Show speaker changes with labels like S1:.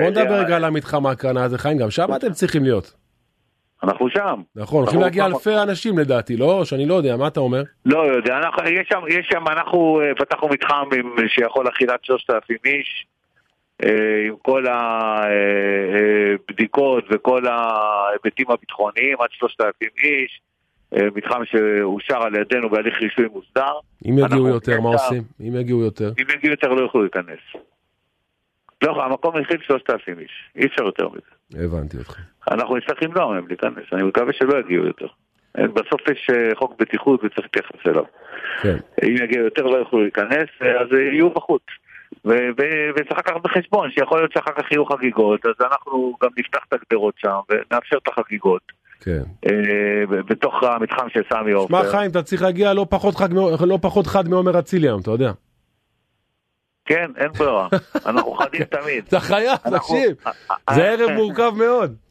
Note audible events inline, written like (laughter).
S1: בוא נדבר רגע על המתחם ההקרנה הזה חיים, גם שם אתם צריכים להיות. אנחנו שם. נכון, הולכים להגיע אלפי אנשים לדעתי, לא? שאני לא יודע, מה אתה אומר?
S2: לא יודע, יש שם, אנחנו אה, פתחנו מתחם שיכול להכיל עד 3,000 איש, אה, עם כל הבדיקות וכל ההיבטים הביטחוניים, עד 3,000 איש, אה, מתחם שאושר על ידינו בהליך רישוי מוסדר.
S1: אם יגיעו יותר, מה עושים? אם יגיעו יותר?
S2: אם יגיעו יותר לא יוכלו להיכנס. לא, המקום הכיל 3,000 איש, אי אפשר יותר מזה.
S1: הבנתי אותך.
S2: אנחנו נצטרך למנוע מהם להיכנס, אני מקווה שלא יגיעו יותר. בסוף יש אה, חוק בטיחות וצריך להתייחס אליו. כן. אם יגיעו יותר לא יוכלו להיכנס, אז יהיו בחוץ. וצריך לקחת בחשבון שיכול להיות שאחר כך יהיו חגיגות, אז אנחנו גם נפתח את הגדרות שם ונאפשר את החגיגות. כן. בתוך המתחם של סמי עופר.
S1: שמע חיים, אתה צריך להגיע לא פחות חד מעומר אצילי אתה יודע. (laughs)
S2: כן, אין ברירה. אנחנו חדים תמיד.
S1: אתה חייב, תקשיב. זה ערב מורכב מאוד.